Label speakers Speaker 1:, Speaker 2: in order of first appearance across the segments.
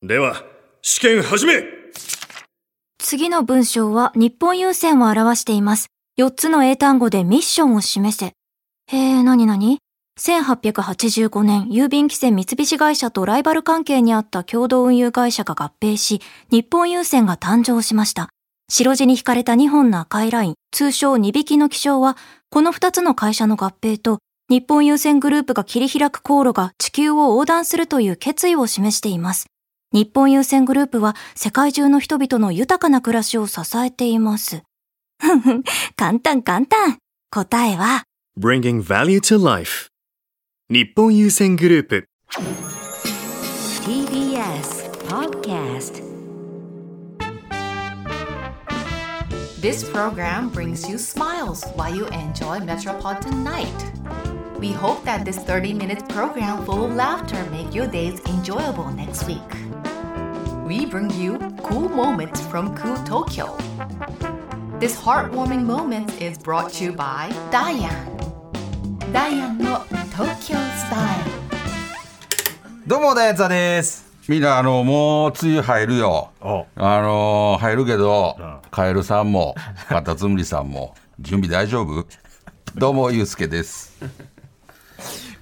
Speaker 1: では、試験始め
Speaker 2: 次の文章は日本郵船を表しています。4つの英単語でミッションを示せ。へえ、なになに ?1885 年、郵便規制三菱会社とライバル関係にあった共同運輸会社が合併し、日本郵船が誕生しました。白地に引かれた2本の赤いライン、通称2匹の気象は、この2つの会社の合併と、日本郵船グループが切り開く航路が地球を横断するという決意を示しています。日本郵船グループは世界中の人々の豊かな暮らしを支えています。ふんふん、簡単簡単。答えは、
Speaker 1: !Bringing Value to Life 日本優先グループ
Speaker 3: TBS Podcast.
Speaker 4: This program brings you smiles while you enjoy Metropolitan Night. We hope that this 30-minute program full of laughter make your days enjoyable next week. We bring you cool moments from cool Tokyo. This heartwarming moment is brought to you by Diane. Diane no Tokyo Style.
Speaker 5: どうも、ダイアンツァです。
Speaker 6: みんな、あの、もう、梅雨入るよ。
Speaker 5: お
Speaker 6: あのー入るけど
Speaker 5: ん、
Speaker 6: カエルさん も、カタツムリさんも、準備大丈夫どうも、ゆうすけです。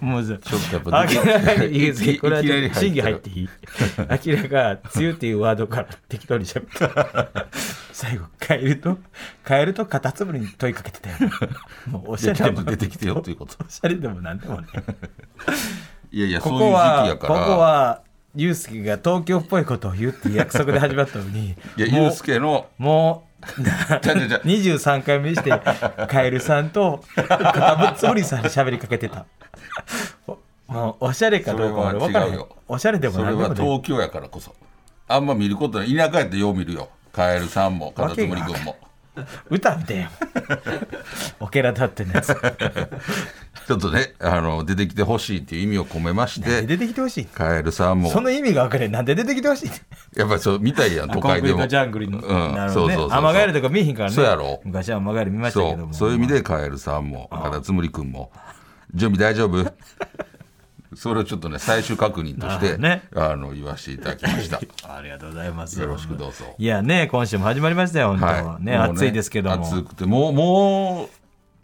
Speaker 5: もうじゃ
Speaker 6: ちょっとやっぱ
Speaker 5: あ、明らかに、いいです
Speaker 6: い
Speaker 5: け
Speaker 6: い
Speaker 5: どこれはちょっ
Speaker 6: いきなり
Speaker 5: と
Speaker 6: 入ってる
Speaker 5: 審議入っていい明らか、梅雨っていうワードから適当にしゃべった。最後、カエルと、カエルとカタツムリに問いかけてたよ。もうおしゃれ
Speaker 6: ちゃ
Speaker 5: で
Speaker 6: んと
Speaker 5: も、
Speaker 6: 出てきてよということ。
Speaker 5: おしゃれでもなんでもね。
Speaker 6: いやいや、
Speaker 5: こ
Speaker 6: そういう
Speaker 5: こ
Speaker 6: 時期
Speaker 5: は、
Speaker 6: やか
Speaker 5: こ
Speaker 6: ら。
Speaker 5: こは、ユウスケが東京っぽいことを言うっていう約束で始まったのに、
Speaker 6: いや、
Speaker 5: もう
Speaker 6: ゆうすけの、
Speaker 5: もう、
Speaker 6: ちゃうちゃうちゃう
Speaker 5: 23回目にして、カエルさんとカタツムリさんに喋りかけてた。おもう、おしゃれかどうか俺分から
Speaker 6: それは違う
Speaker 5: へ
Speaker 6: んよ。
Speaker 5: おしゃれでも
Speaker 6: そ
Speaker 5: な
Speaker 6: れ
Speaker 5: んで
Speaker 6: は
Speaker 5: もない。
Speaker 6: 東京やからこそ。あんま見ることない。田舎やってよう見るよ。カエルさんも、カタツムリ君も。
Speaker 5: 歌みたいやもん。オケラだってのやつ。
Speaker 6: ちょっとね、あの、出てきてほしいっていう意味を込めまし
Speaker 5: なんで
Speaker 6: て、
Speaker 5: 出てきてほしい
Speaker 6: カエルさんも、
Speaker 5: その意味が分からへん。なんで出てきてほしい
Speaker 6: やっぱりそう、見たいやん、都
Speaker 5: コン
Speaker 6: 会
Speaker 5: ク
Speaker 6: で
Speaker 5: リー
Speaker 6: も
Speaker 5: ト。ジャングルの。
Speaker 6: うん
Speaker 5: なる
Speaker 6: そ
Speaker 5: ほど
Speaker 6: う
Speaker 5: ね
Speaker 6: そうそうそう
Speaker 5: アマガエルとか見えへんからね。
Speaker 6: そうやろ
Speaker 5: 昔はアマガエル見ました
Speaker 6: そ
Speaker 5: けども。
Speaker 6: う、そういう意味でカエルさんも、カタツムリ君も、準備大丈 夫それをちょっとね、最終確認とし
Speaker 5: あ
Speaker 6: て、
Speaker 5: ね
Speaker 6: あの、言わせていただきました。よ
Speaker 5: ありがとうございます。
Speaker 6: ろしくどうぞ。
Speaker 5: いやね、今週も始まりましたよ、本当、
Speaker 6: はい。
Speaker 5: ね
Speaker 6: もう
Speaker 5: 暑いですけども。
Speaker 6: 暑くて、もう、も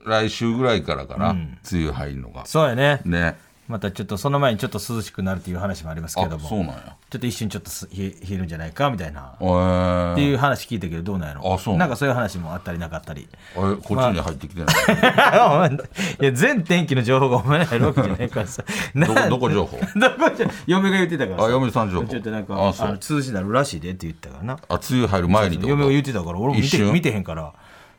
Speaker 6: う、来週ぐらいからかな、
Speaker 5: うん
Speaker 6: 梅雨入るのが。
Speaker 5: そうやね。
Speaker 6: ね。
Speaker 5: またちょっとその前にちょっと涼しくなるという話もありますけど
Speaker 6: あ、
Speaker 5: も、
Speaker 6: そうなんや。
Speaker 5: ちょっと一瞬ちょっとす冷え冷えるんじゃないかみたいな、
Speaker 6: え
Speaker 5: っ
Speaker 6: ー、
Speaker 5: ていう話聞いたけど、どうなんやろ
Speaker 6: あそうなん
Speaker 5: なんかそういう話もあったりなかったり。
Speaker 6: あれこっちに入ってきてない。
Speaker 5: お前いや、全天気の情報がお前らやるわけじゃないからさ。
Speaker 6: どこ、どこ情報
Speaker 5: どこじゃ、嫁が言ってたからさ。
Speaker 6: あ、嫁さん情報。
Speaker 5: ちょっとなんか、
Speaker 6: あ、そ
Speaker 5: あの
Speaker 6: う。
Speaker 5: 通じなるらしいでって言ったからな。
Speaker 6: あ、梅雨入る前にってこと
Speaker 5: 嫁が言ってたから、俺も見
Speaker 6: 一
Speaker 5: て
Speaker 6: 瞬
Speaker 5: 見てへんから。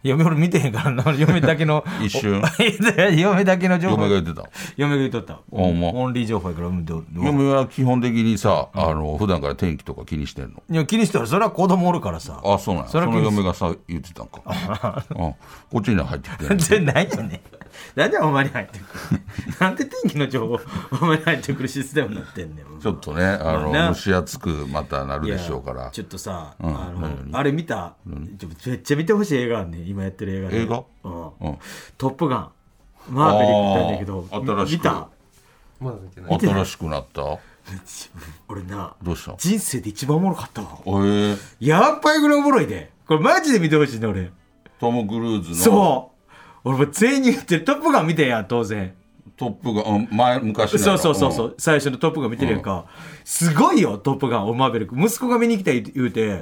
Speaker 5: 嫁俺見てへんから な、嫁だけの。
Speaker 6: 一瞬
Speaker 5: 嫁だけの情報。
Speaker 6: 嫁が言ってた。
Speaker 5: 嫁が言っとった。
Speaker 6: おうもう
Speaker 5: オンリー情報やから、うんどうどう
Speaker 6: 嫁は基本的にさ、あの普段から天気とか気にしてんの
Speaker 5: いや気にしたらそれは子供おるからさ
Speaker 6: あそうなんやそ
Speaker 5: それは
Speaker 6: の
Speaker 5: 気にし
Speaker 6: 嫁がさ言ってたんか、 うん、こっちには入ってきてない
Speaker 5: 全然ないよねなんでお前に入ってく るなんで天気の情報お前に入ってくるシステムになってんねん
Speaker 6: ちょっとねあの、
Speaker 5: まあな
Speaker 6: 蒸し暑くまたなるでしょうか
Speaker 5: いや
Speaker 6: ら
Speaker 5: ちょっとさ、あのあれ見たちょめっちゃ見てほしい映画あんねん今やってる映画で
Speaker 6: 映画
Speaker 5: うん
Speaker 6: うん
Speaker 5: トップガン」マーベリック見たんだけど
Speaker 6: あー新しく
Speaker 5: 見た
Speaker 6: 新しくなった
Speaker 5: 俺な
Speaker 6: どうしたの
Speaker 5: 人生で一番おもろかったわ
Speaker 6: えー、
Speaker 5: やっぱりぐらいおもろいでこれマジで見てほしいね俺
Speaker 6: トム・クルーズの
Speaker 5: そう俺も全員に言ってる「トップガン」見てんやん当然
Speaker 6: トップが、うん、前昔のや
Speaker 5: そう
Speaker 6: ろ
Speaker 5: そうそうそう、
Speaker 6: ん
Speaker 5: 最初の「トップガン」見てるやんか、すごいよ「トップガン」オマーベルク息子が見に来たい言うて、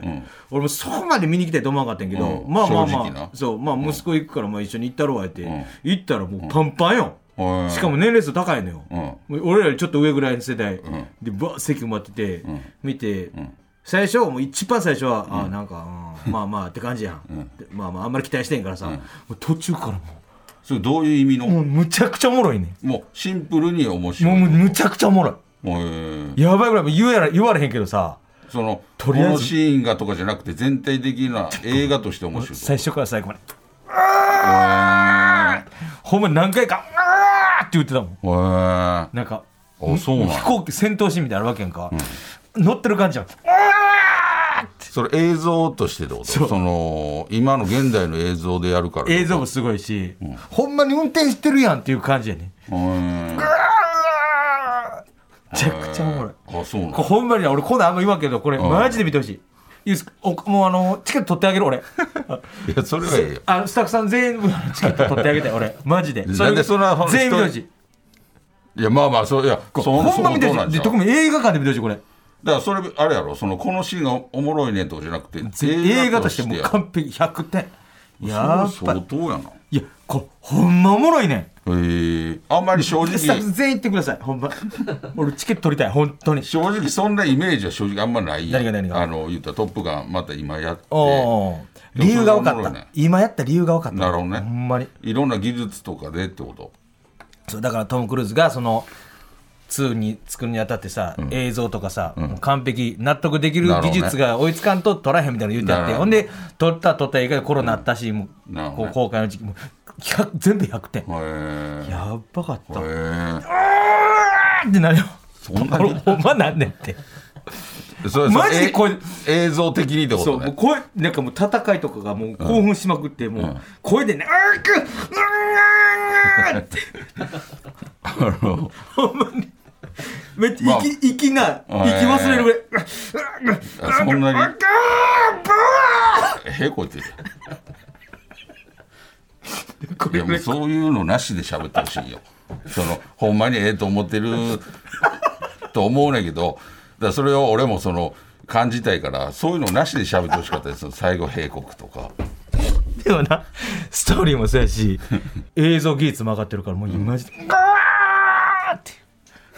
Speaker 5: 俺もそこまで見に来たいと思わなかったんやけど、
Speaker 6: うん
Speaker 5: まあまあ
Speaker 6: 正直
Speaker 5: ま
Speaker 6: な
Speaker 5: あそうまあ息子行くからまあ一緒に行ったろわって、
Speaker 6: ん
Speaker 5: 行ったらもうパンパンよ、
Speaker 6: うん
Speaker 5: しかも年齢層高いのよ、
Speaker 6: う
Speaker 5: 俺らよりちょっと上ぐらいの世代、でバー席埋まってて、見て、最初もう一番最初は、あなんか、うんまあまあって感じやん、でまあまああんまり期待してんからさ、もう途中からも
Speaker 6: それどういう意味の、
Speaker 5: うもうむちゃくちゃおもろいね
Speaker 6: もうシンプルに面白
Speaker 5: もう
Speaker 6: い
Speaker 5: もうむちゃくちゃおもろい
Speaker 6: えー、
Speaker 5: やばいぐらいもう言うやら言われへんけどさ
Speaker 6: その
Speaker 5: と
Speaker 6: こ
Speaker 5: りあえず
Speaker 6: のシーンがとかじゃなくて全体的な映画として面白い
Speaker 5: 最初から最後までほんまに何回か「あー!」って言ってたもん
Speaker 6: えー、
Speaker 5: なんか
Speaker 6: あそうなんや
Speaker 5: 飛行機戦闘シーンみたいなのあるわけやんか、乗ってる感じやん
Speaker 6: それ映像としてどう
Speaker 5: そ
Speaker 6: そうの今の現代の映像でやるから
Speaker 5: 映像もすごいし、ほんまに運転してるやんっていう感じやね
Speaker 6: うーん
Speaker 5: ちゃくちゃおもろい。
Speaker 6: あそうな
Speaker 5: これ
Speaker 6: の
Speaker 5: ほんまにな俺こんなんあんま言わんけどこれ
Speaker 6: ん
Speaker 5: マジで見てほしい。いいですかおもうあのチケット取ってあげる俺
Speaker 6: いやそれはいいよ
Speaker 5: あのスタッフさん全部のチケット取ってあげて俺マジで
Speaker 6: なんでそんな
Speaker 5: 全員見てほしい
Speaker 6: いやまあまあそういやそ
Speaker 5: ほんま見て
Speaker 6: そう
Speaker 5: ほ
Speaker 6: なん
Speaker 5: しい
Speaker 6: じ
Speaker 5: で
Speaker 6: ゃん
Speaker 5: 特に映画館で見てほしいこれ
Speaker 6: だからそれあれやろそのこのシーンがおもろいねとかじゃなくて
Speaker 5: 映画としてもう
Speaker 6: や
Speaker 5: 完璧100点や
Speaker 6: や
Speaker 5: っ
Speaker 6: それ
Speaker 5: ぱ
Speaker 6: 相当やない
Speaker 5: やこれほんまおもろいねん
Speaker 6: えー、あんまり正
Speaker 5: スタッ
Speaker 6: 直
Speaker 5: フ全員行って ください ほんま俺チケット取りたい本当に
Speaker 6: 正直そんなイメージは正直あんまないやん
Speaker 5: 何が何が
Speaker 6: あの言ったら「トップガン」また今やって
Speaker 5: おー理由が分か
Speaker 6: でもそれがおもろい
Speaker 5: った
Speaker 6: ね
Speaker 5: 今やった理由が分かった
Speaker 6: なるほどね
Speaker 5: ほんまに
Speaker 6: いろんな技術とかでってこと
Speaker 5: そうだからトム・クルーズがその2に作るにあたってさ、映像とかさ、もう完璧納得できる
Speaker 6: なるほ
Speaker 5: 技
Speaker 6: どね
Speaker 5: 術が追いつかんと撮らへんみたいなの言うてあっ
Speaker 6: な
Speaker 5: て
Speaker 6: る
Speaker 5: ほ,、
Speaker 6: ほ
Speaker 5: ん
Speaker 6: ど
Speaker 5: で撮った撮った映画でコロナあったし、もう
Speaker 6: なるほど
Speaker 5: こう
Speaker 6: ね
Speaker 5: 公開の時期もう100全部100点、
Speaker 6: へえ
Speaker 5: やばかった、
Speaker 6: へ
Speaker 5: あ
Speaker 6: え
Speaker 5: ーってなるよ
Speaker 6: そんな
Speaker 5: これ
Speaker 6: に
Speaker 5: ほんまなんねんって
Speaker 6: そ
Speaker 5: マジでこれ
Speaker 6: え映像的にってこ
Speaker 5: そ
Speaker 6: と
Speaker 5: うもう
Speaker 6: ね
Speaker 5: 声なんかもう戦いとかがもう興奮しまくって、もう声でね「あーくうーんあーって
Speaker 6: あの
Speaker 5: ほんまにめっち
Speaker 6: ま
Speaker 5: ゃ
Speaker 6: あ
Speaker 5: 息,、息な息忘れるぐらい「うわ
Speaker 6: あそんなに
Speaker 5: あか
Speaker 6: へこいてる
Speaker 5: ー こ
Speaker 6: い
Speaker 5: れ
Speaker 6: やもうそういうのなしで喋ってほしいよそのほんまにええと思 ってると思うねんけどだからそれを俺もその感じたいからそういうのなしで喋ってほしかったです最後閉国とか
Speaker 5: でもなストーリーもそうやし映像技術も上がってるからもうマジで「ガー!」って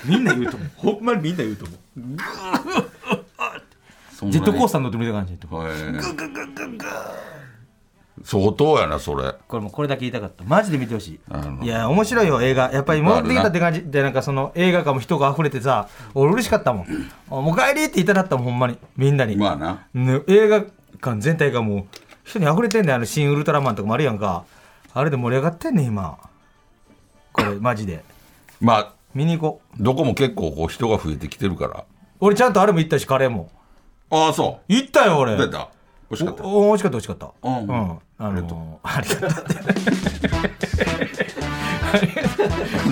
Speaker 5: みんな言うと思うほんまにみんな言うと思う
Speaker 6: そんな
Speaker 5: ジェ
Speaker 6: に
Speaker 5: ットコースター乗ってみたいな感じで
Speaker 6: へえ相当やなそれ
Speaker 5: これもうこれだけ言いたかったマジで見てほし
Speaker 6: なるほ
Speaker 5: い
Speaker 6: ど
Speaker 5: いや面白いよ映画やっぱり戻ってきたって感じでなんかその映画館も人が溢れてさ俺嬉しかったもん「おもう帰り」って言いたかったもんほんまにみんなに
Speaker 6: まあな
Speaker 5: ね、映画館全体がもう人に溢れてんねんあの「新ウルトラマン」とかもあるやんかあれで盛り上がってんねん今これマジで
Speaker 6: まあ
Speaker 5: 見に行こう
Speaker 6: どこも結構こう人が増えてきてるから
Speaker 5: 俺ちゃんとあれも行ったしカレーも
Speaker 6: ああそ
Speaker 5: 行ったよ俺
Speaker 6: う出た美味しかった
Speaker 5: おお美味しかった美味しかった
Speaker 6: うん
Speaker 5: あのー、ありがとうって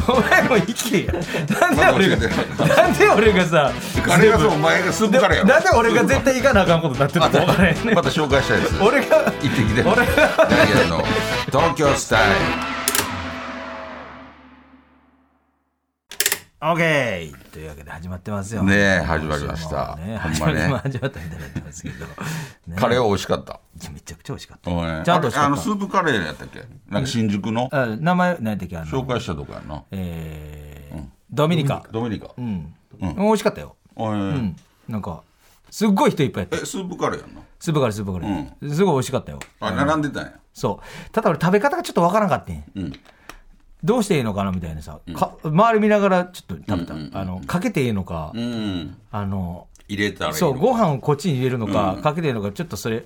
Speaker 5: お前も行けやなんで俺が
Speaker 6: まだ教えて
Speaker 5: なんで俺がさ
Speaker 6: カレーがそうお前がスープカレーやろ
Speaker 5: なんで俺が絶対行かなあかんことになってるの
Speaker 6: ま
Speaker 5: か
Speaker 6: た
Speaker 5: 分からへんねん
Speaker 6: また紹介したいです
Speaker 5: 俺が
Speaker 6: 行ってきて
Speaker 5: 俺が
Speaker 6: ダイアンの東京スタイル
Speaker 5: オーケーというわけで始まってますよ。
Speaker 6: ねえ始まりました
Speaker 5: ね、
Speaker 6: ほん
Speaker 5: 始
Speaker 6: ま
Speaker 5: ま
Speaker 6: ね
Speaker 5: りま始まったみたいになってます けど。ね
Speaker 6: カレーは美味しかった。
Speaker 5: めちゃくちゃ美味しかった。ち
Speaker 6: ち
Speaker 5: ゃんと美味しかった
Speaker 6: あのスープカレーやったっけなんか新宿の
Speaker 5: あ名前何やったっけあの
Speaker 6: 紹介したとこやな。
Speaker 5: えードミニカ。
Speaker 6: ドミニカ。
Speaker 5: うん。美味しかったよ。
Speaker 6: う
Speaker 5: うんん。なんかすっごい人いっぱいやっ
Speaker 6: え、
Speaker 5: て。
Speaker 6: スープカレーやんな。
Speaker 5: スープカレースープカレー。すごい美味しかったよ。
Speaker 6: あ、並んでたんや。
Speaker 5: そう。ただ俺食べ方がちょっとわからんかったん。
Speaker 6: うん。
Speaker 5: どうしていいのかなみたいなさ。か周り見ながらちょっと食べた。あのかけていいのか
Speaker 6: う。ん。
Speaker 5: あの
Speaker 6: 入れたらいいのか。
Speaker 5: そうご飯をこっちに入れるのか、かけてるのかちょっとそれ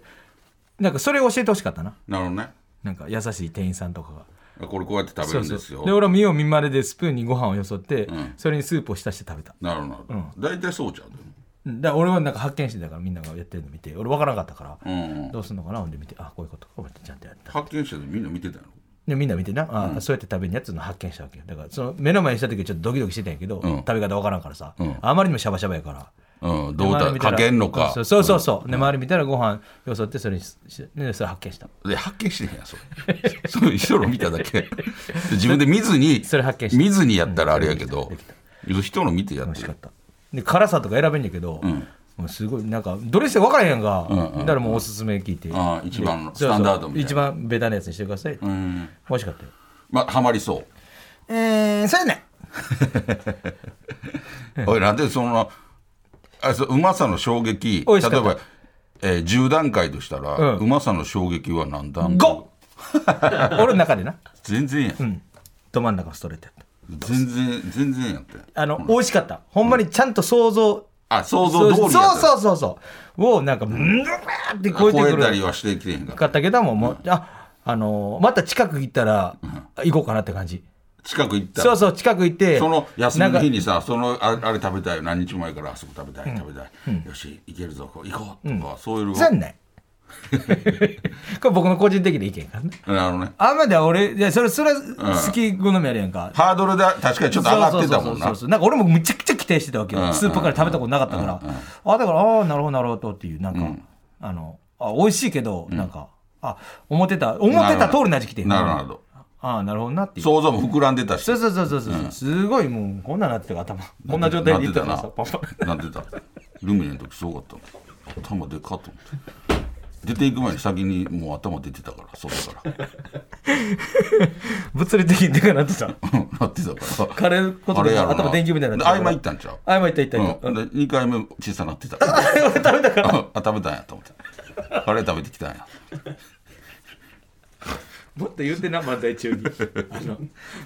Speaker 5: なんかそれを教えてほしかったな
Speaker 6: なるほどね。
Speaker 5: なんか優しい店員さんとかが
Speaker 6: これこうやって食べるんですよ。
Speaker 5: で俺は見よう見まねでスプーンにご飯をよそって、それにスープを浸して食べた
Speaker 6: なるほどなるほど。大体そうちゃうでも
Speaker 5: うんだから俺はなんか発見してたからみんながやってるの見て俺分からなかったから、
Speaker 6: うん。
Speaker 5: どうすんのかなほんで見てあこういうことか思ってちゃんとやった
Speaker 6: 発見者でみんな見てたんやろ。
Speaker 5: でみんな見てなあ、そうやって食べるやつの発見したわけよだからその目の前にした時はちょっとドキドキしてたんやけど、
Speaker 6: ん
Speaker 5: 食べ方分からんからさ、あまりにもシャバシャバやから
Speaker 6: うん、どう
Speaker 5: で周り
Speaker 6: だ
Speaker 5: 見た
Speaker 6: からけんのか
Speaker 5: そう。そうそうそう、で周り見たらご飯よそってそれにししでそれ発見した
Speaker 6: で発見してへんやんそれ そう一人見ただけで自分で見ずに
Speaker 5: それ発見した
Speaker 6: 見ずにやったらあれやけど、人の見てや
Speaker 5: 美
Speaker 6: っ
Speaker 5: 味
Speaker 6: て
Speaker 5: し
Speaker 6: る
Speaker 5: かったで辛さとか選べんやけど、もうすごいなんかどれにしても分からへんやんか、だからもうおすすめ聞いて、
Speaker 6: ああ一番の
Speaker 5: で
Speaker 6: スタンダード
Speaker 5: そう
Speaker 6: み
Speaker 5: そう
Speaker 6: たいな
Speaker 5: 一番ベタなやつにしてください、
Speaker 6: うん
Speaker 5: 美味しかったよ
Speaker 6: まあハマりそう
Speaker 5: えー、そうやね
Speaker 6: おいなんでそのあそううまさの衝撃
Speaker 5: 美
Speaker 6: 例
Speaker 5: 味し
Speaker 6: え
Speaker 5: かった
Speaker 6: ば、えー、10段階としたら、
Speaker 5: う
Speaker 6: うんまさの衝撃は何段
Speaker 5: 5俺の中でな、
Speaker 6: 全然やん、
Speaker 5: うん、ど真ん中ストレートやった
Speaker 6: 全然全然やって
Speaker 5: あの、美味しかったほんまにちゃんと想像
Speaker 6: あ想像通りやった
Speaker 5: そうそううそうそうをなんかうんぐわーって超えて
Speaker 6: 超
Speaker 5: く
Speaker 6: えたり
Speaker 5: る
Speaker 6: はしてきてへんから
Speaker 5: かったけどももう、ああのーまた近く行ったら行こうかなって感じ、
Speaker 6: 近く行ったら
Speaker 5: そうそう近く行って
Speaker 6: その休み
Speaker 5: なん
Speaker 6: の
Speaker 5: か
Speaker 6: 日にさそのああれ食べたい何日前からあそこ食べたい食べたい、よし行けるぞこう行こうとか、そういう
Speaker 5: せん ねこれ僕の個人的な意見かな
Speaker 6: あのね
Speaker 5: あんまで俺いやそれそれは好き好みあるやんか、
Speaker 6: ハードルだ確かにちょっと上がってたもん
Speaker 5: そうそうそうそ
Speaker 6: な
Speaker 5: うそうなんか俺もむちゃくちゃ期定してたわけ
Speaker 6: うん
Speaker 5: よ。スープカレー食べたことなかったから。あ、だから、ああ、なるほど、なるほどっていう、なんか、あの、あ、美味しいけど、なんか、あ、思ってた、思ってた通りな時期で。
Speaker 6: なるほど。
Speaker 5: ああ、なるほどなっていう。
Speaker 6: 想像も膨らんでたし
Speaker 5: そうそうそうそうそう。すごいもう、こんなんなってたから頭。こんな状態でいったからさ、パンパン。
Speaker 6: なってたルミネの時すごかった頭でかと思って出ていく前に先にもう頭出てたからそうだから
Speaker 5: 物理的にでかなってた。
Speaker 6: うんなってたから
Speaker 5: カレーこと
Speaker 6: あれ
Speaker 5: で
Speaker 6: やろな
Speaker 5: 頭電球みたいにな
Speaker 6: で
Speaker 5: って
Speaker 6: 合
Speaker 5: た
Speaker 6: 間行ったんちゃう
Speaker 5: あ、今言った言った言った。
Speaker 6: うん、で2回目小さな ってたうんあ食べたんやと思ってカレー食べてきたんや
Speaker 5: もっと言ってな漫才中にあの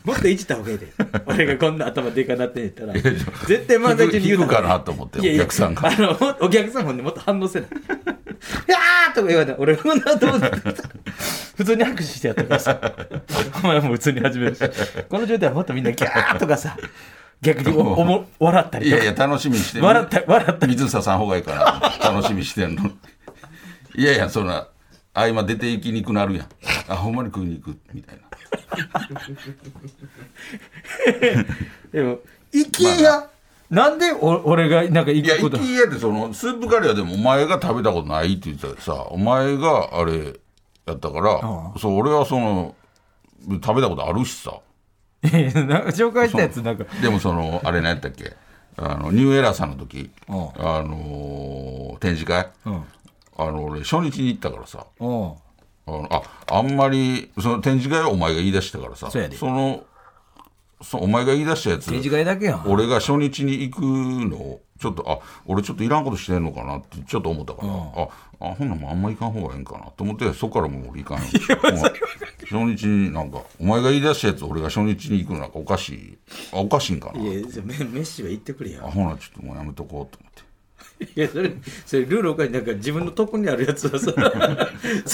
Speaker 5: もっといじった方がいいで俺がこんな頭でかなってんやったら絶対漫才中に言う
Speaker 6: 行くか
Speaker 5: な
Speaker 6: なと思ってお
Speaker 5: いやいや
Speaker 6: 客さ んが
Speaker 5: あのもお客さんもねもっと反応せない 「あー!」とか言わない俺がこんな頭で 普通に拍手してやったからさ お前も普通に始めるしこの状態はもっとみんなギャーとかさ逆におおも笑ったり
Speaker 6: い
Speaker 5: と
Speaker 6: やい
Speaker 5: か
Speaker 6: や楽しみにして
Speaker 5: 笑った笑った
Speaker 6: 水差さん方がいいかな楽しみにしてんの いやいやそんな合間出て行きにくなるやんあほんまに食いに行くみたいな
Speaker 5: でも「行けや!」なんでお俺がなんか
Speaker 6: い
Speaker 5: 行
Speaker 6: や、
Speaker 5: くこ
Speaker 6: 行
Speaker 5: と
Speaker 6: き家でその、スープカレーはでもお前が食べたことないって言ってたけどさ、お前があれやったから、そう、俺はその、食べたことあるしさ。
Speaker 5: いやい やなんか紹介したやつなんか
Speaker 6: でもその、あれ何やったっけあの、ニューエラーさんの時、
Speaker 5: うん
Speaker 6: あのー展示会、
Speaker 5: ん
Speaker 6: あの、俺初日に行ったからさ、
Speaker 5: う
Speaker 6: あ
Speaker 5: ん
Speaker 6: のあ、あんまり、その展示会はお前が言い出したからさ、
Speaker 5: そうやで
Speaker 6: の、そお前が言い出したやつ、
Speaker 5: 手違いだけやん
Speaker 6: 俺が初日に行くのをちょっとあ俺ちょっといらんことしてんのかなってちょっと思ったから、ああほんなんもうあんま行かん方がええんかなと思ってそこからもう俺行かんよお前初日になんかお前が言い出したやつ俺が初日に行くのなんかおかしいあおかしいんかない
Speaker 5: や、じゃあメメッシは言ってくれ
Speaker 6: あ
Speaker 5: よ。
Speaker 6: ほなちょっともうやめとこうと思って
Speaker 5: いや、それ、それルールおかしい。なんか自分のとこにあるやつは さ、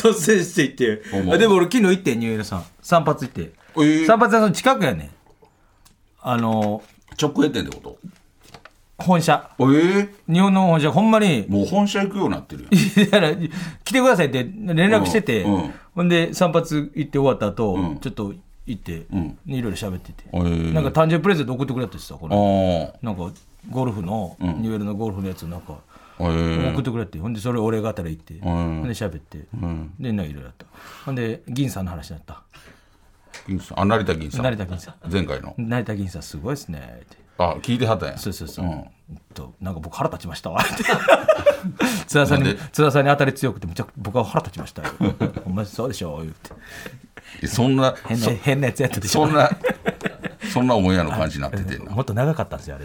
Speaker 5: 率先していって
Speaker 6: ほんま
Speaker 5: あ。でも俺昨日行ってん、ニューエラさん。散髪行って。
Speaker 6: ええ
Speaker 5: 散髪屋さんの近くやねん。あの、
Speaker 6: 直営店ってこ
Speaker 5: 本社。
Speaker 6: とえ
Speaker 5: 日本の本社、ほんまに
Speaker 6: え、もう本社行くようになってるやん
Speaker 5: いやだから来てくださいって連絡してて、
Speaker 6: うんうん
Speaker 5: ほんで散髪行って終わった後、
Speaker 6: ん
Speaker 5: ちょっと行って、
Speaker 6: ん
Speaker 5: ねいろいろ喋ってて、
Speaker 6: ー
Speaker 5: なんか誕生日プレゼント送ってくれたってさ、こ
Speaker 6: あ
Speaker 5: れ。
Speaker 6: ー
Speaker 5: なんか、ゴルフの、ニューエルのゴルフのやつなんか、
Speaker 6: ええ
Speaker 5: 送ってくれって、ほんでそれ俺があたら行って、ほんで喋って、でなんかいろいろやったほんで銀さんの話になった
Speaker 6: 銀さんあ成田銀さん
Speaker 5: 成田銀さん
Speaker 6: 前回の
Speaker 5: 成田銀さんすごいですねって
Speaker 6: あ聞いてはったんや
Speaker 5: そうそうそう、
Speaker 6: ん
Speaker 5: えっとなんか僕腹立ちましたわって 津田さん
Speaker 6: な
Speaker 5: に
Speaker 6: んで
Speaker 5: 津田さんに当たり強くてむちゃく僕は腹立ちましたよ お前そうでしょ言って
Speaker 6: そんな
Speaker 5: 変な
Speaker 6: そ
Speaker 5: 変なやつやったでし
Speaker 6: そ
Speaker 5: ょ
Speaker 6: んなそんな思いやの感じになっててんな
Speaker 5: もっと長かったんですよあ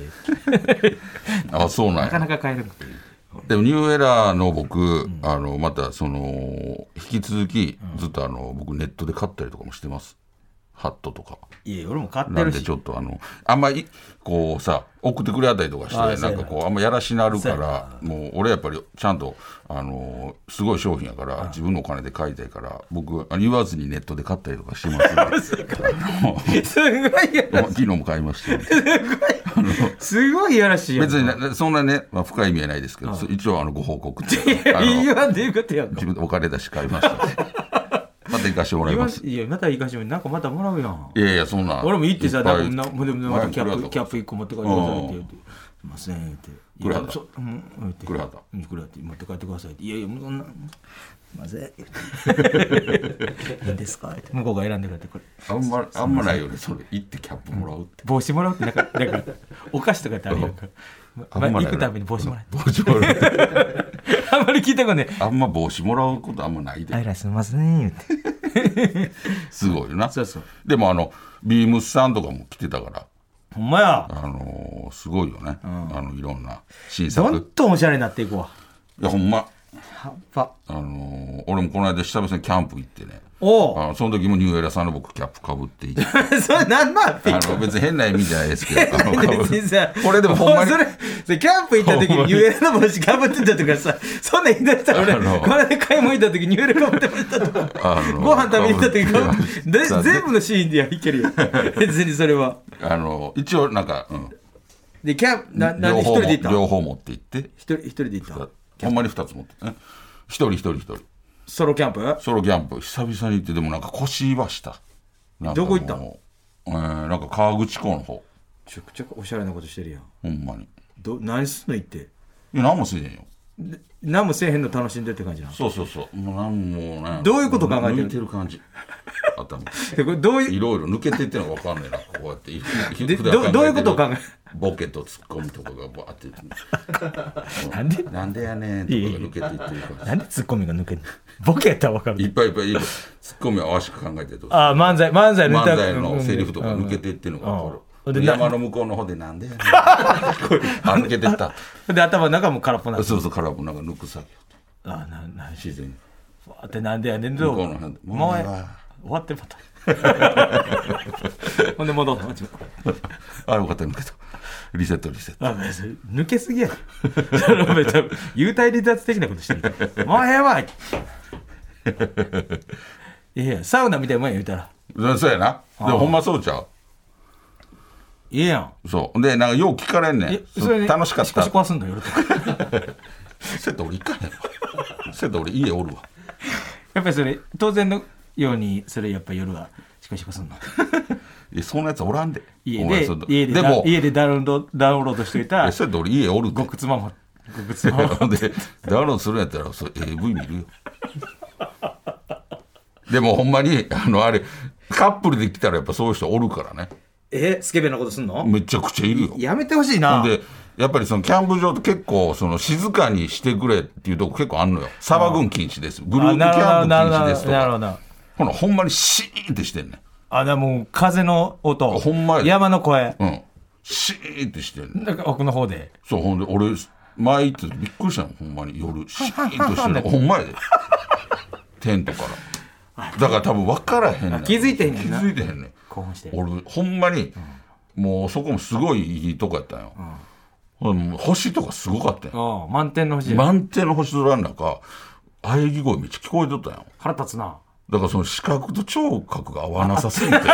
Speaker 5: れ
Speaker 6: あそうなんや
Speaker 5: なかなか帰れなくて
Speaker 6: でもニューエラーの僕、あのまたその引き続きずっとあの僕ネットで買ったりとかもしてますハットとか
Speaker 5: いや俺も買って
Speaker 6: なん
Speaker 5: る
Speaker 6: で
Speaker 5: し
Speaker 6: ちょっとあのあんまりこうさ送ってくれあたりとか
Speaker 5: あ
Speaker 6: し
Speaker 5: ー
Speaker 6: て
Speaker 5: そう
Speaker 6: な
Speaker 5: や
Speaker 6: ん
Speaker 5: な
Speaker 6: かこうあんまやらしなるか
Speaker 5: そう
Speaker 6: らもう俺やっぱりちゃんとあのすごい商品やから自分のお金で買いたいから僕あの言わずにネットで買ったりとかしてますんで
Speaker 5: すごいや
Speaker 6: あの昨日も買いましたよ
Speaker 5: すごいやらしいやん
Speaker 6: 別になそんなね、まあ、深い意味はないですけど、そ一応あのご報告っていうかあの
Speaker 5: いやっていうことやんか
Speaker 6: 自分でお金出して買いましたまた行かしてもらい
Speaker 5: 言わ
Speaker 6: ま
Speaker 5: ん
Speaker 6: す
Speaker 5: いやまたいいかしもなんかまたもらうやん
Speaker 6: いやいやそんな
Speaker 5: 俺も行ってさ、
Speaker 6: ぱ
Speaker 5: ないんか、なもうでもまたキャ
Speaker 6: 前
Speaker 5: ッ
Speaker 6: も
Speaker 5: プ、キャップ一個持って帰ってくださいって言って、すいませんって。
Speaker 6: くれはった
Speaker 5: いやそううん、置いて。
Speaker 6: くれはった
Speaker 5: うんくれはって、持って帰ってくださいって。いやいや、もうそんな、すいません。いいですかって。向こうが選んでくれて、これ。
Speaker 6: あんまあんまないよねそれ行ってキャップもらうって
Speaker 5: 帽子もらうって、なんか、なんか、お菓子とかってあるやんか。
Speaker 6: あん
Speaker 5: ま
Speaker 6: まない
Speaker 5: 行くたびに帽子もらう。
Speaker 6: 帽子もらう
Speaker 5: あんまり聞いたことね。
Speaker 6: あんま帽子もらうことあんまない
Speaker 5: あい
Speaker 6: で
Speaker 5: らすいません、言って。
Speaker 6: すごいよな
Speaker 5: そうそう
Speaker 6: でもあのビームスさんとかも来てたから
Speaker 5: ほんまや。
Speaker 6: あのーすごいよね、あのいろんな新
Speaker 5: ど
Speaker 6: 作
Speaker 5: んどんおしゃれになっていくわ。
Speaker 6: いやほんま
Speaker 5: はっぱ。
Speaker 6: あのー俺もこの間久々にキャンプ行ってね
Speaker 5: おう。
Speaker 6: あのその時もニューエラさんの僕キャップかぶっていて
Speaker 5: それなんなんって
Speaker 6: あの別に変な意味じゃないですけ どあの被
Speaker 5: 別
Speaker 6: る
Speaker 5: にさ
Speaker 6: これでもほんまに
Speaker 5: うそれそれキャンプ行った時にニューエラの帽子かぶってたとかさそんなん言い出したら俺
Speaker 6: あの
Speaker 5: これで買い物行った時ニューエラかぶってもらったとか
Speaker 6: あの
Speaker 5: ご飯食べに行った時かぶっ
Speaker 6: 被
Speaker 5: て
Speaker 6: って
Speaker 5: で全部のシーンでい けるよ別にそれは
Speaker 6: あの一応なんか、うん、
Speaker 5: でキャンプななん
Speaker 6: 両
Speaker 5: で一
Speaker 6: 方
Speaker 5: 人
Speaker 6: も
Speaker 5: で行った
Speaker 6: 両
Speaker 5: の
Speaker 6: 方持って行って
Speaker 5: 一人一人で行ったの
Speaker 6: ほんまに2つ持ってね一人一人一人
Speaker 5: ソロキャンプ
Speaker 6: ソロキャンプ久々に行ってでもなんか腰はしたなんかもう
Speaker 5: どこ行ったの
Speaker 6: えーなんか川口湖の方
Speaker 5: ちょくちょくおしゃれなことしてるやん
Speaker 6: ほんまに
Speaker 5: ど何すんの言って
Speaker 6: いや何もせえへんよ
Speaker 5: で何もせえへんの楽しんでって感じなの
Speaker 6: そうそうそうもう何もね
Speaker 5: どういうこと考えてる
Speaker 6: 抜いてる感じ頭
Speaker 5: でこれどうい
Speaker 6: いうろいろ抜けてってのが分かんないなこうやってい
Speaker 5: でどどういうことを考え
Speaker 6: ボケとツッコミとかがバーって
Speaker 5: なんで
Speaker 6: なんでやねんとかが抜けていってる感
Speaker 5: なんでツッコミが抜けんのボケやったらわか
Speaker 6: じい
Speaker 5: る
Speaker 6: っぱいいっぱいいっぱいツッコミは合わしく考えてどうする
Speaker 5: ああ漫才漫才抜いた
Speaker 6: 漫才のセリフとか抜けていってるのが分か
Speaker 5: うん
Speaker 6: る
Speaker 5: で
Speaker 6: で
Speaker 5: な
Speaker 6: 山の向こうの方でなんでや ねんあ抜けてった
Speaker 5: で頭の中も空っぽな
Speaker 6: そうそう空っぽなんか抜く作業
Speaker 5: ああなな
Speaker 6: 自然に
Speaker 5: ってなんでやねんど
Speaker 6: 向こうの辺で
Speaker 5: もう
Speaker 6: もうえ
Speaker 5: や終わってまた ほんで戻った
Speaker 6: あよかった抜けたリセットリセット
Speaker 5: あ別に抜けすぎやろその めちゃ幽体離脱的なことしてるもうええわいやいやサウナみたいなもんや言うたら
Speaker 6: うんそうやなでもほんまそうちゃ
Speaker 5: いいやん
Speaker 6: うそうでなんかよう聞かれんねんそう
Speaker 5: で
Speaker 6: 楽しかっ
Speaker 5: シコ
Speaker 6: た
Speaker 5: シコはすんの夜とか
Speaker 6: セット俺行かへんわセット俺家おるわ
Speaker 5: やっぱりそれ当然のようにそれやっぱ夜はシコシコすんの
Speaker 6: いやそんなやつおらんで
Speaker 5: 家
Speaker 6: お前
Speaker 5: で
Speaker 6: そんな
Speaker 5: 家で
Speaker 6: で
Speaker 5: ダ
Speaker 6: も
Speaker 5: 家でダウンロードダウンロードしといた
Speaker 6: セット俺家おるで
Speaker 5: 極妻も 極妻も
Speaker 6: でダウンロードするんやったらそう AV 見るよでもほんまにあのあれカップルで来たらやっぱそういう人おるからね
Speaker 5: えスケベなことすんの
Speaker 6: めちゃくちゃいるよ
Speaker 5: やめてほしいな
Speaker 6: でやっぱりそのキャンプ場って結構その静かにしてくれっていうとこ結構あるのよ騒ぐん禁止ですグルー
Speaker 5: あ
Speaker 6: プキ
Speaker 5: なるほ
Speaker 6: ャ
Speaker 5: ど
Speaker 6: ン
Speaker 5: な
Speaker 6: プ
Speaker 5: る
Speaker 6: 禁
Speaker 5: ほ
Speaker 6: 止で
Speaker 5: ど
Speaker 6: すと
Speaker 5: なるほ
Speaker 6: かほ
Speaker 5: ど
Speaker 6: なほんまにシーンってしてんね
Speaker 5: あでもう風の音
Speaker 6: ほんまや
Speaker 5: 山の声
Speaker 6: んうんシーンってしてんねん
Speaker 5: なんか奥の方で
Speaker 6: そうほんで俺前行ってびっくりしたのほんまに夜シーンとしてる
Speaker 5: ね
Speaker 6: のほんまやでテントからだから多分分からへんねん
Speaker 5: 気づいてへんねん
Speaker 6: 気
Speaker 5: な
Speaker 6: づいてへんねん
Speaker 5: 興奮して
Speaker 6: 俺ほんまに、もうそこもすごいいいとこやったんよ、ほんでもう星とかすごかったんよ
Speaker 5: ああ満点の星や
Speaker 6: 満天の星空の中喘ぎ声めっちゃ聞こえとったんよ
Speaker 5: 腹立つな
Speaker 6: だからその視覚と聴覚が合わなさすぎて俺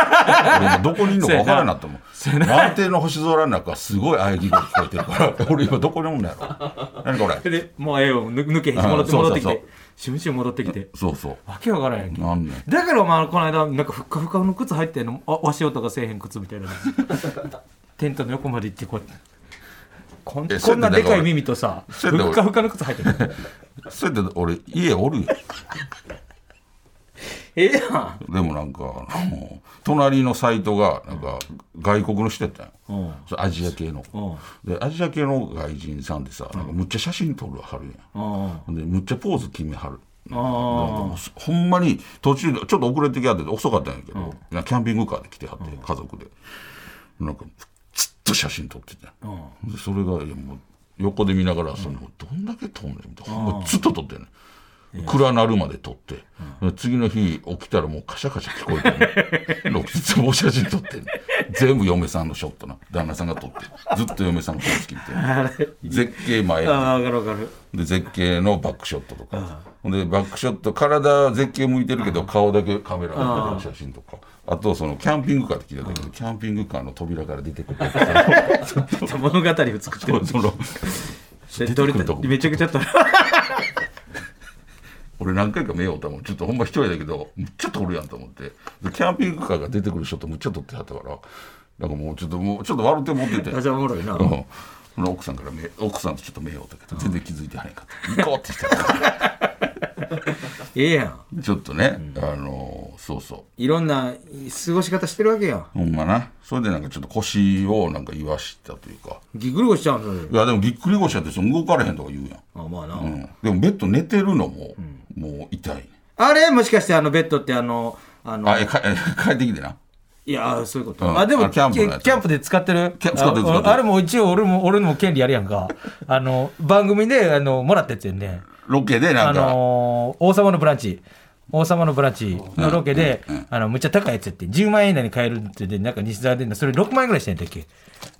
Speaker 6: 今どこにいるのか分からんなと思う満天の星空の中すごい喘ぎ声聞こえてるから俺今どこにおんのやろ何これ
Speaker 5: でもうええよ抜抜けへんし
Speaker 6: うん
Speaker 5: 戻って
Speaker 6: そう
Speaker 5: 戻っ
Speaker 6: そう
Speaker 5: てき
Speaker 6: そう
Speaker 5: てシュンシュン戻ってきて
Speaker 6: そうそ
Speaker 5: わけわからんやん
Speaker 6: う
Speaker 5: け
Speaker 6: なんねん
Speaker 5: だからお前この間なんかふっかふかの靴入ってんのあわし音がせえへん靴 みたいなテントの横まで行ってこうこ
Speaker 6: え
Speaker 5: んこんな
Speaker 6: それで
Speaker 5: で
Speaker 6: だか
Speaker 5: からい耳とさふ
Speaker 6: それで俺
Speaker 5: っかふかの靴入ってる
Speaker 6: そうやって俺家おるよ
Speaker 5: ええやん
Speaker 6: でもなんかあの隣のサイトがなんか外国の人やったんよ、
Speaker 5: うん
Speaker 6: それアジア系の、でアジア系の外人さんでさなんかむっちゃ写真撮るはるやん、
Speaker 5: うん
Speaker 6: ほんでむっちゃポーズ決めはる
Speaker 5: あ
Speaker 6: なんかほんまに途中でちょっと遅れてきはって遅かったんやけど、なんかキャンピングカーで来てはって、家族でなんかずっと写真撮ってて、でそれがいやもう横で見ながらその、どんだけ撮んねんみたいな、ほんまにずっと撮ってんねん暗なるまで撮って、で次の日起きたらもうカシャカシャ聞こえて んねんいつも写真撮ってんねん全部嫁さんのショットな旦那さんが撮ってずっと嫁さんの顔つきみたいな絶景前で
Speaker 5: あ分かる分かる
Speaker 6: で絶景のバックショットとか、ほんでバックショット体は絶景向いてるけど顔だけカメラの写真とかあとそのキャンピングカーって聞いたけどキャンピングカーの扉から出てくる
Speaker 5: 物語を作ってる
Speaker 6: その
Speaker 5: で
Speaker 6: 出て
Speaker 5: 撮
Speaker 6: く
Speaker 5: れ
Speaker 6: る
Speaker 5: た
Speaker 6: とこ
Speaker 5: めちゃくちゃ撮る
Speaker 6: 俺何回か目をたもんちょっとほんま一人だけどむっちゃ撮るやんと思ってでキャンピングカーが出てくるショットむっちゃ撮ってはったからなんかもうちょっともうちょっと笑って持ってて
Speaker 5: あじゃあおもろいな
Speaker 6: うんその奥さんから目奥さんとちょっと目をたけど全然気づいてはねんかった「行こう」って言ってた
Speaker 5: ええやん
Speaker 6: ちょっとね、あのーそうそう
Speaker 5: いろんな過ごし方してるわけやん
Speaker 6: ほんまな。それでなんかちょっと腰をなんか言わしたというか。
Speaker 5: ギグルゴしちゃうの
Speaker 6: いや、でもぎっくり腰やってその動かれへんとか言うやん。
Speaker 5: あまあな、
Speaker 6: うん。でもベッド寝てるのも、もう痛い。
Speaker 5: あれもしかしてあのベッドってあのあの
Speaker 6: あ、え、かえ 帰ってきてな。
Speaker 5: いやそういうこと、
Speaker 6: うん
Speaker 5: あでも
Speaker 6: あキャンプのやつ
Speaker 5: キャンプで使ってる
Speaker 6: キャン使ってる使ってる
Speaker 5: ああれも一応俺も俺の権利あるやんかあの番組であのもらったやつやんね
Speaker 6: ロケでな
Speaker 5: あ
Speaker 6: んか、
Speaker 5: のー王様のブランチ」「王様のブランチ」のロケで、あのむっちゃ高いやつやって10万円以内に買えるってでなんか西沢でそれ6万円ぐらいしたんやったっけ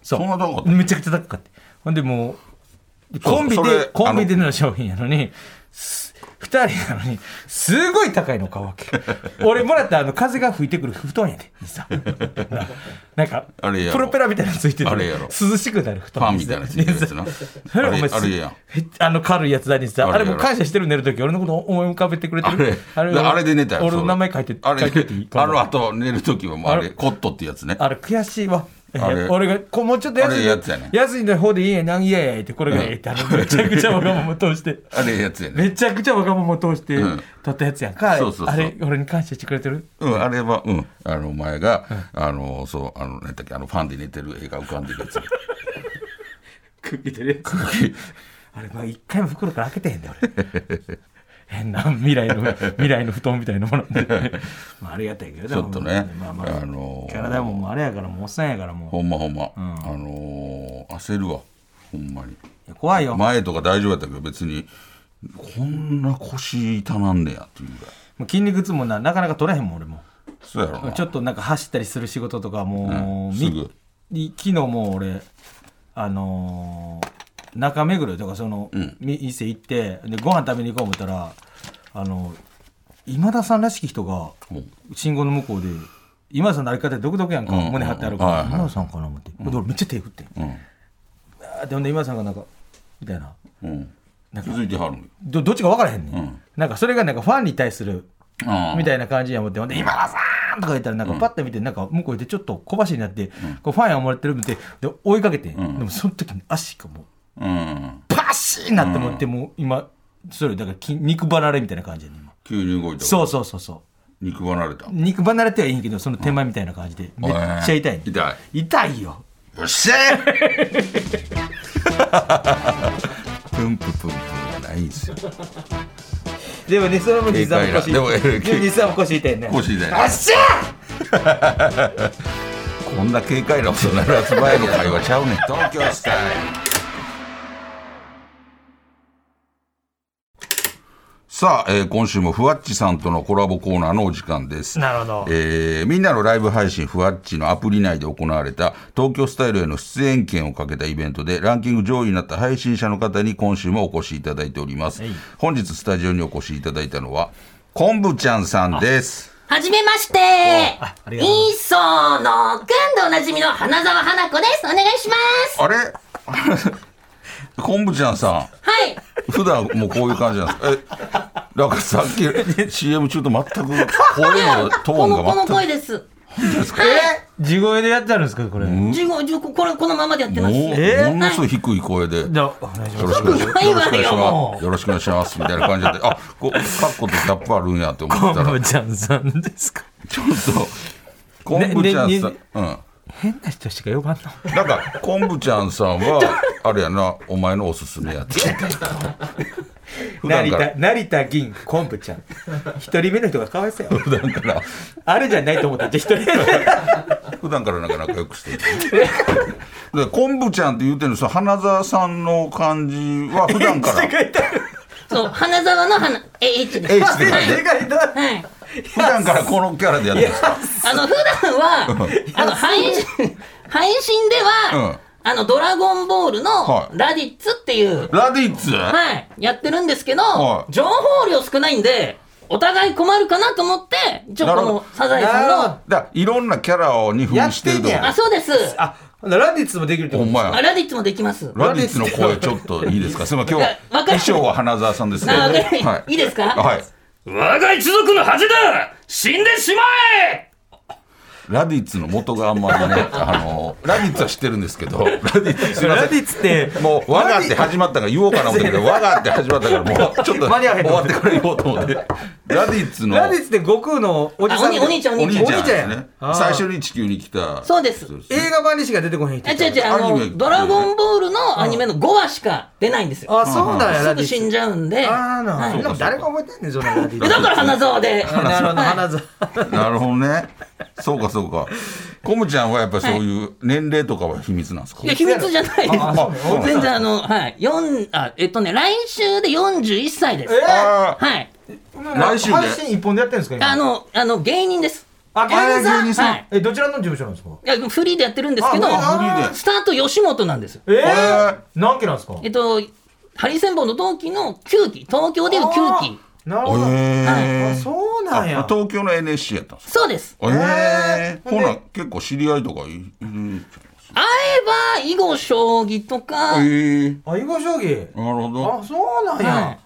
Speaker 5: そう
Speaker 6: そんな高かった
Speaker 5: めちゃくちゃ高かったほんでもう
Speaker 6: そう
Speaker 5: コンビ
Speaker 6: それ
Speaker 5: でコンビで
Speaker 6: あの
Speaker 5: の商品やのにす二人なのにすごい高いの買うわけ俺もらったあの風が吹いてくる布団やで 西沢ななんか
Speaker 6: あれやろ
Speaker 5: プロペラみたいなのついてて
Speaker 6: あれやろ
Speaker 5: 涼しくなる布団
Speaker 6: パンみたいなのついてるやつ な
Speaker 5: それお前
Speaker 6: あれあれやん
Speaker 5: へあの軽いやつだにさ、あ
Speaker 6: あれ
Speaker 5: れ
Speaker 6: やろ
Speaker 5: も感謝してる寝るとき、俺のこと思い浮かべてくれて
Speaker 6: あれ
Speaker 5: る。、
Speaker 6: あれで寝たよ。
Speaker 5: 俺
Speaker 6: そ
Speaker 5: の
Speaker 6: れ
Speaker 5: 名前書いて、
Speaker 6: あれ
Speaker 5: 書いていい、
Speaker 6: あの後寝るときはもうあ
Speaker 5: あ
Speaker 6: れ、
Speaker 5: れ
Speaker 6: コットってやつね。
Speaker 5: あれ悔しいわ。
Speaker 6: あれ
Speaker 5: 俺がこうもうちょっと安
Speaker 6: あ
Speaker 5: い
Speaker 6: れやつやね
Speaker 5: 安いの方でいいやなんいやいやってこれがええってあのめちゃくちゃ若者通 して
Speaker 6: あれやつやね
Speaker 5: めちゃくちゃ若者通して
Speaker 6: うん
Speaker 5: 撮ったやつやんか、あれ
Speaker 6: そうそうそう
Speaker 5: あれ俺に感謝してくれてる
Speaker 6: うん、あれは、うん、あの、お前が、あの、そう、あの、なんだっけ、あの、ファンで寝てる映画浮かんでるやつ。
Speaker 5: クッキーてる あれまあ一回も袋から開けてへんで俺 変な未来の未来の布団みたいなものなん でまあありがたいけど
Speaker 6: ちょっとね
Speaker 5: まあまあ、
Speaker 6: あのー
Speaker 5: 体ももうあれやからもうおっさんやからも
Speaker 6: ほんまほんま。あのー焦るわ。ほんまに。
Speaker 5: う怖いよも
Speaker 6: 前とか大丈夫やったけど、別に、こんな腰痛なんねや、っていうぐらい。
Speaker 5: う筋肉痛もななかなか取れへんもん俺も
Speaker 6: そうやろな。
Speaker 5: ちょっとなんか走ったりする仕事とか
Speaker 6: うん
Speaker 5: もう、み
Speaker 6: すぐ
Speaker 5: 昨日もう俺あのー中目黒とかその、み店行ってでご飯食べに行こう思ったらあの今田さんらしき人が
Speaker 6: うん
Speaker 5: 信号の向こうで今田さんの歩き方独特やんか、
Speaker 6: うんうんうん
Speaker 5: 胸張って歩くから、
Speaker 6: はいはい
Speaker 5: 今田さんかな思って、で俺めっちゃ手振って、
Speaker 6: うん。
Speaker 5: あーでほんで今田さんがなんかみたいな
Speaker 6: うん。
Speaker 5: なん
Speaker 6: 気
Speaker 5: か
Speaker 6: づいてはるのよ
Speaker 5: どどっちか分からへんね、
Speaker 6: うん
Speaker 5: ん、なんかそれがなんかファンに対する
Speaker 6: ああ
Speaker 5: みたいな感じや思って、ほんで、今田さんとか言ったら、なんかパッと見て、なんか向こうでちょっと小走りになって、こうファンや思われてるみて、で、追いかけて、
Speaker 6: ん
Speaker 5: でもその時に足がもう、
Speaker 6: うん。
Speaker 5: パシーンなって思って、もう今、それ、だから筋肉離れみたいな感じやね今
Speaker 6: 急に動いた。。
Speaker 5: そううそうそうそう。
Speaker 6: 肉離れた。
Speaker 5: 肉離れてはいいんけど、その手前みたいな感じで、めっちゃ痛いね、
Speaker 6: うん痛
Speaker 5: 痛いよ。
Speaker 6: よっし ゃープンププンプンないんですよ。
Speaker 5: でもね、それも
Speaker 6: 膝も腰でもでも膝
Speaker 5: も腰痛いね
Speaker 6: 腰痛いねよっ
Speaker 5: しゃ
Speaker 6: こんな軽快なことならず前の会話ちゃうねん。東京スタイル。さあ、えー今週もふわっちさんとのコラボコーナーのお時間です。
Speaker 5: なるほど。
Speaker 6: えーみんなのライブ配信ふわっちのアプリ内で行われた東京スタイルへの出演権をかけたイベントでランキング上位になった配信者の方に今週もお越しいただいております。本日スタジオにお越しいただいたのは、昆布ちゃんさんです。
Speaker 7: はじめまして
Speaker 5: あありがとう
Speaker 7: インソーのくんでおなじみの花澤花子ですお願いします
Speaker 6: あれ昆布ちゃんさ
Speaker 7: はい
Speaker 6: ん、普段もうこういう感じなんですかえ、なんかさっき CM 中と全く声のト
Speaker 7: この
Speaker 6: ーン
Speaker 7: こ
Speaker 6: が
Speaker 7: の
Speaker 6: 全
Speaker 7: 声です
Speaker 6: くですか
Speaker 5: 地声でやってあるんですか、これ。
Speaker 7: 十五十これこのままでやって
Speaker 6: も
Speaker 7: ます
Speaker 6: う、
Speaker 5: え
Speaker 6: ものすごい低い声で。
Speaker 5: じゃあ、お願いし
Speaker 6: よ
Speaker 5: ま
Speaker 6: ろ
Speaker 5: す
Speaker 6: し。くお願いします。よろしくお願いし
Speaker 5: も
Speaker 6: ます。よろしくお願いします。みたいな感じで、あ、こう、カッコとキャップあるんやって思っ
Speaker 5: コ
Speaker 6: たら、ちょっ
Speaker 5: ブちゃんさんですか
Speaker 6: と、昆布ちゃん
Speaker 5: ね
Speaker 6: さん
Speaker 5: ね、
Speaker 6: うん。
Speaker 5: 変な人しか呼ばんの
Speaker 6: なんか、昆布ちゃんさんは、あれやな、お前のおすすめやって。普段
Speaker 5: 成
Speaker 6: から
Speaker 5: 田、成田銀昆布ちゃん 一人目の人がかわいそうや
Speaker 6: 普段から、
Speaker 5: あれじゃないと思ったじゃあ一人
Speaker 6: 普段からなんか仲良くして る。で、昆布ちゃんって言うてるの、その花澤さんの感じは、普段から、
Speaker 5: 目
Speaker 7: そう花澤の花え H です
Speaker 6: H で書いてる、
Speaker 7: はい
Speaker 6: 普段からこのキャラでやってるんですか
Speaker 7: あの普段はあの配信配信では、あのドラゴンボール
Speaker 6: は
Speaker 7: の
Speaker 6: い
Speaker 7: ラディッツっていう
Speaker 6: ラディッツ
Speaker 7: はい、やってるんですけど、
Speaker 6: はい
Speaker 7: 情報量少ないんで、お互い困るかなと思って、ちょっ
Speaker 6: な
Speaker 7: と
Speaker 6: る
Speaker 7: こ
Speaker 6: ほど
Speaker 7: のサザエさん
Speaker 5: なるほど
Speaker 7: の、
Speaker 6: だからいろんなキャラをに扮してるってこと
Speaker 5: や
Speaker 7: あ、そうです。あ
Speaker 5: あほなラディッツもできるって
Speaker 6: ほ
Speaker 5: こ
Speaker 6: ん
Speaker 5: と
Speaker 6: まや。
Speaker 7: ラディッツもできます。
Speaker 6: ラディッツの声ちょっといいですか。すみません今
Speaker 7: わ
Speaker 6: 日
Speaker 7: か
Speaker 6: 衣装は花澤さんですけど。
Speaker 7: あわかりいいですか
Speaker 6: はい。
Speaker 8: 我が一族の恥だ死んでしまえ
Speaker 6: ラディッツの元があんまりね、あのラディッツは知ってるんですけど、ラディッツすみま
Speaker 5: ラ
Speaker 6: せ
Speaker 5: デ
Speaker 6: ん。
Speaker 5: ィッツって
Speaker 6: もう、わがって始まったから言おうかな思ったけど、わがって始まったから、 もう、ちょっと
Speaker 5: 間
Speaker 6: 終
Speaker 5: に合わへん
Speaker 6: わってから言おうと思って。ラディッツの
Speaker 5: ラディッツって悟空のおじ
Speaker 7: あ、
Speaker 5: さ
Speaker 7: お
Speaker 5: ん
Speaker 7: に、お兄ちゃん、お
Speaker 6: お
Speaker 7: 兄ちゃ
Speaker 6: 兄
Speaker 7: ん。
Speaker 6: ちゃんです
Speaker 5: お兄ちゃんや
Speaker 6: ね。最初に地球に来た。
Speaker 7: そうです。
Speaker 5: 映画版にしか出てこへん人
Speaker 7: あ、違う違う、あ
Speaker 6: アニメ
Speaker 7: の、ドラゴンボールのアニメの5話しか出ないんですよ。
Speaker 5: あそうなんや
Speaker 7: す
Speaker 5: ラディ
Speaker 7: ぐ死
Speaker 5: ッ
Speaker 7: ん
Speaker 5: ツ
Speaker 7: じゃうんで。
Speaker 5: ああ
Speaker 7: は
Speaker 5: ないそんなもん誰が覚えてんねんそんなラディッ
Speaker 7: え
Speaker 5: ツ
Speaker 7: だから花沢で。
Speaker 5: なるほど花澤
Speaker 6: なるほどね。そうかそうか。コムちゃんはやっぱりそういう年齢とかは秘密なんですか
Speaker 7: いや、秘密じゃないです
Speaker 6: あそうなんだ。
Speaker 7: 全然あの、はい。四あ、えっとね、来週で41歳です。
Speaker 6: あー
Speaker 7: はい。
Speaker 6: 来週で
Speaker 5: 配信一本でやってるんですか今
Speaker 7: あの、あの、芸人です。
Speaker 5: あ芸人
Speaker 6: あ芸人
Speaker 5: さん
Speaker 6: さん
Speaker 7: はい。
Speaker 5: えどちらの事務所なんですか
Speaker 7: いや、フリーでやってるんですけど、
Speaker 5: あフリ
Speaker 6: ーで
Speaker 7: スタート吉本なんですよ。
Speaker 5: え
Speaker 6: え
Speaker 5: え何期なんですか
Speaker 7: えっと、ハリセンボンの同期の9期、東京でいう9期。
Speaker 5: なるほど
Speaker 6: え
Speaker 5: あ
Speaker 6: え。
Speaker 5: そうなんや
Speaker 6: あ東京の NSC やったんですか
Speaker 7: そうです。
Speaker 6: ええ
Speaker 5: ほ
Speaker 6: ほ
Speaker 5: んで
Speaker 6: ら結構知り合いとかいいる
Speaker 7: 会えば、囲碁将棋とか、はい。
Speaker 6: ええ
Speaker 5: あ囲碁将棋
Speaker 6: なるほど
Speaker 5: あそうなんや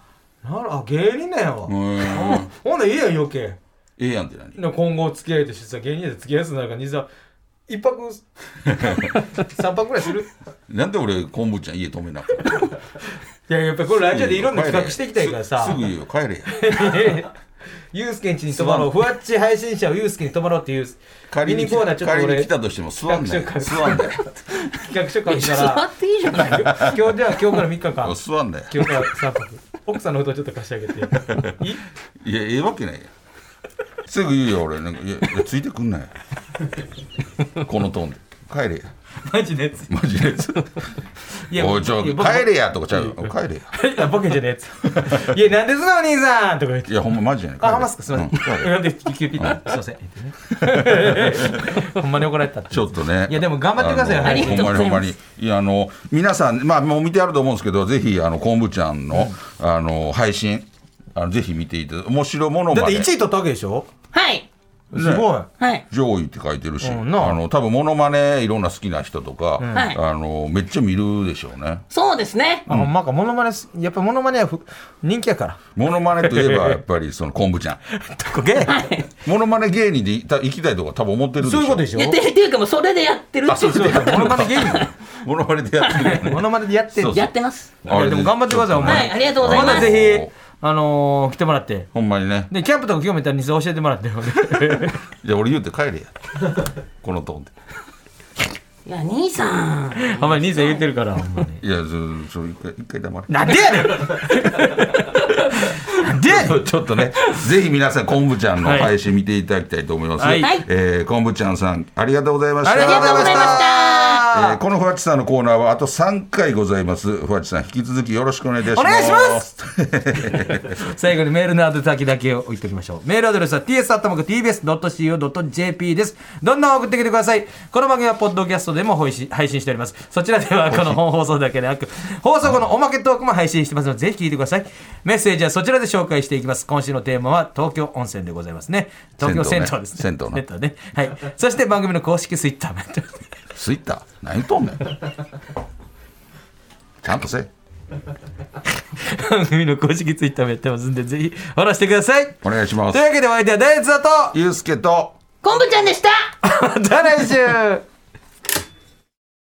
Speaker 5: なるあ芸人なんやわ
Speaker 6: えー
Speaker 5: ほんでいいやん余計
Speaker 6: ええやんって何
Speaker 5: 今後付き合いとしてさ芸人で付き合いやすくなるから兄さん一泊 三泊ぐらいする
Speaker 6: なんで俺昆布ちゃん家止めなかった
Speaker 5: いややっぱりこれラジオでいろんな企画していきたいから
Speaker 6: す
Speaker 5: さ
Speaker 6: すぐ言うよ帰れや
Speaker 5: ユースケんちに泊まろうふわっち配信者をユースケに泊まろうっていう
Speaker 6: 仮
Speaker 5: ミ
Speaker 6: に
Speaker 5: ニコーナーちょっと
Speaker 6: 仮に
Speaker 5: 俺
Speaker 6: 来たとしても座んない
Speaker 5: 企画書
Speaker 6: 座んない
Speaker 5: 企画書書くか
Speaker 7: 座
Speaker 5: ら
Speaker 7: っていいじゃない
Speaker 5: 今日じゃあ今日から3日間
Speaker 6: 座んない
Speaker 5: 今日から3泊奥さんの布団ちょっと貸してあげて いい
Speaker 6: いやええわけないやんすぐ言うよ俺なんかいやいやついてくんなよこのトーンで帰れや
Speaker 5: マジでつ
Speaker 6: マジで
Speaker 5: いや
Speaker 6: おいちょ
Speaker 5: いや僕
Speaker 6: 帰れやとかちゃうよ帰れや
Speaker 5: い やボケじゃねえや ついやなんですのお兄さんとか言って
Speaker 6: いやほんまマジやねん帰れ
Speaker 5: あ、ハマスか、すみま
Speaker 6: う
Speaker 5: せん。
Speaker 6: 帰れ
Speaker 5: なんで、急ピッと、すみません。 ほんまに怒られたって。
Speaker 6: ちょっとね。
Speaker 5: いやでも頑張ってくださいよ
Speaker 6: あの
Speaker 5: あり
Speaker 7: がとうございます
Speaker 6: ほんまにほんまに。いやあの皆さんまあもう見てあると思うんですけど、ぜひあの昆布ちゃんの、あの配信あのぜひ見ていただ面白もの
Speaker 5: だっ
Speaker 6: ま
Speaker 5: て
Speaker 6: で
Speaker 5: 1位取ったわけでしょ
Speaker 7: はい
Speaker 5: すごい。
Speaker 7: はい
Speaker 6: 上位って書いてるし、
Speaker 5: うんな
Speaker 6: あの多分モノマネいろんな好きな人とか、
Speaker 7: はい
Speaker 6: あのめっちゃ見るでしょうね。
Speaker 7: そうですね
Speaker 5: あ、ほんまか、モノマネす、やっぱモノマネはふ人気や から。
Speaker 6: モノマネといえ ばやっぱりその昆布ちゃん。
Speaker 5: こげ
Speaker 6: モノマネ芸人でいた行きたいとか多分思ってるでしょ。
Speaker 5: そういうことでし
Speaker 7: い
Speaker 5: ょ
Speaker 7: やってるっていうかもうそれでやってるっていう
Speaker 5: そうそうモノマネ芸人。
Speaker 6: モノマネでやってるよね。
Speaker 5: モノマネでやってる
Speaker 6: そう。
Speaker 7: やってます
Speaker 5: いやでも頑張ってください、お
Speaker 7: は
Speaker 5: 前。
Speaker 7: いありがとうございます
Speaker 5: まだぜひ、あのー、来てもらって。
Speaker 6: ほんまにね。
Speaker 5: で、キャンプとか興味あったら、教えても らって。
Speaker 6: じゃあ俺言うて帰れや。 このトーンで。
Speaker 7: いや兄さん
Speaker 5: あんまり兄さん言ってるから、ほんまに。
Speaker 6: いや、そそう一回一回黙れ。
Speaker 5: なんでやねんなんでや ねん
Speaker 6: ちょっとね、ぜひ皆さん、昆布ちゃんの配信見ていただきたいと思います。
Speaker 5: はい
Speaker 7: はい
Speaker 6: えー昆布ちゃんさん、ありがとうございました。
Speaker 5: ありがとうございました
Speaker 6: えーこのふわっちさんのコーナーはあと3回ございます。ふわっちさん、引き続きよろしくお願いいたします。
Speaker 5: お願いします最後にメールの宛先だけを置いておきましょう。メールアドレスは ts.tbs.co.jp です。どんどん送ってきてください。この番組はポッドキャストでも配信配信しております。そちらではこの本放送だけで なく、放送後のおまけトークも配信してますので、ぜひ聞いてください。メッセージはそちらで紹介していきます。今週のテーマは東京温泉でございますね。東京銭湯ですね。
Speaker 6: 銭湯ね
Speaker 5: ね。はい。そして番組の公式ツイッターもやってます
Speaker 6: ツイッター、何言っとんねん。ちゃんとせえ。
Speaker 5: 番組の公式ツイッターもやってますんで、ぜひフォローしてください。
Speaker 6: お願いしま
Speaker 5: と
Speaker 6: す
Speaker 5: いう。わけでお相手は大悦だと
Speaker 6: ゆうすけと、
Speaker 7: 昆布ちゃんでした
Speaker 5: また来週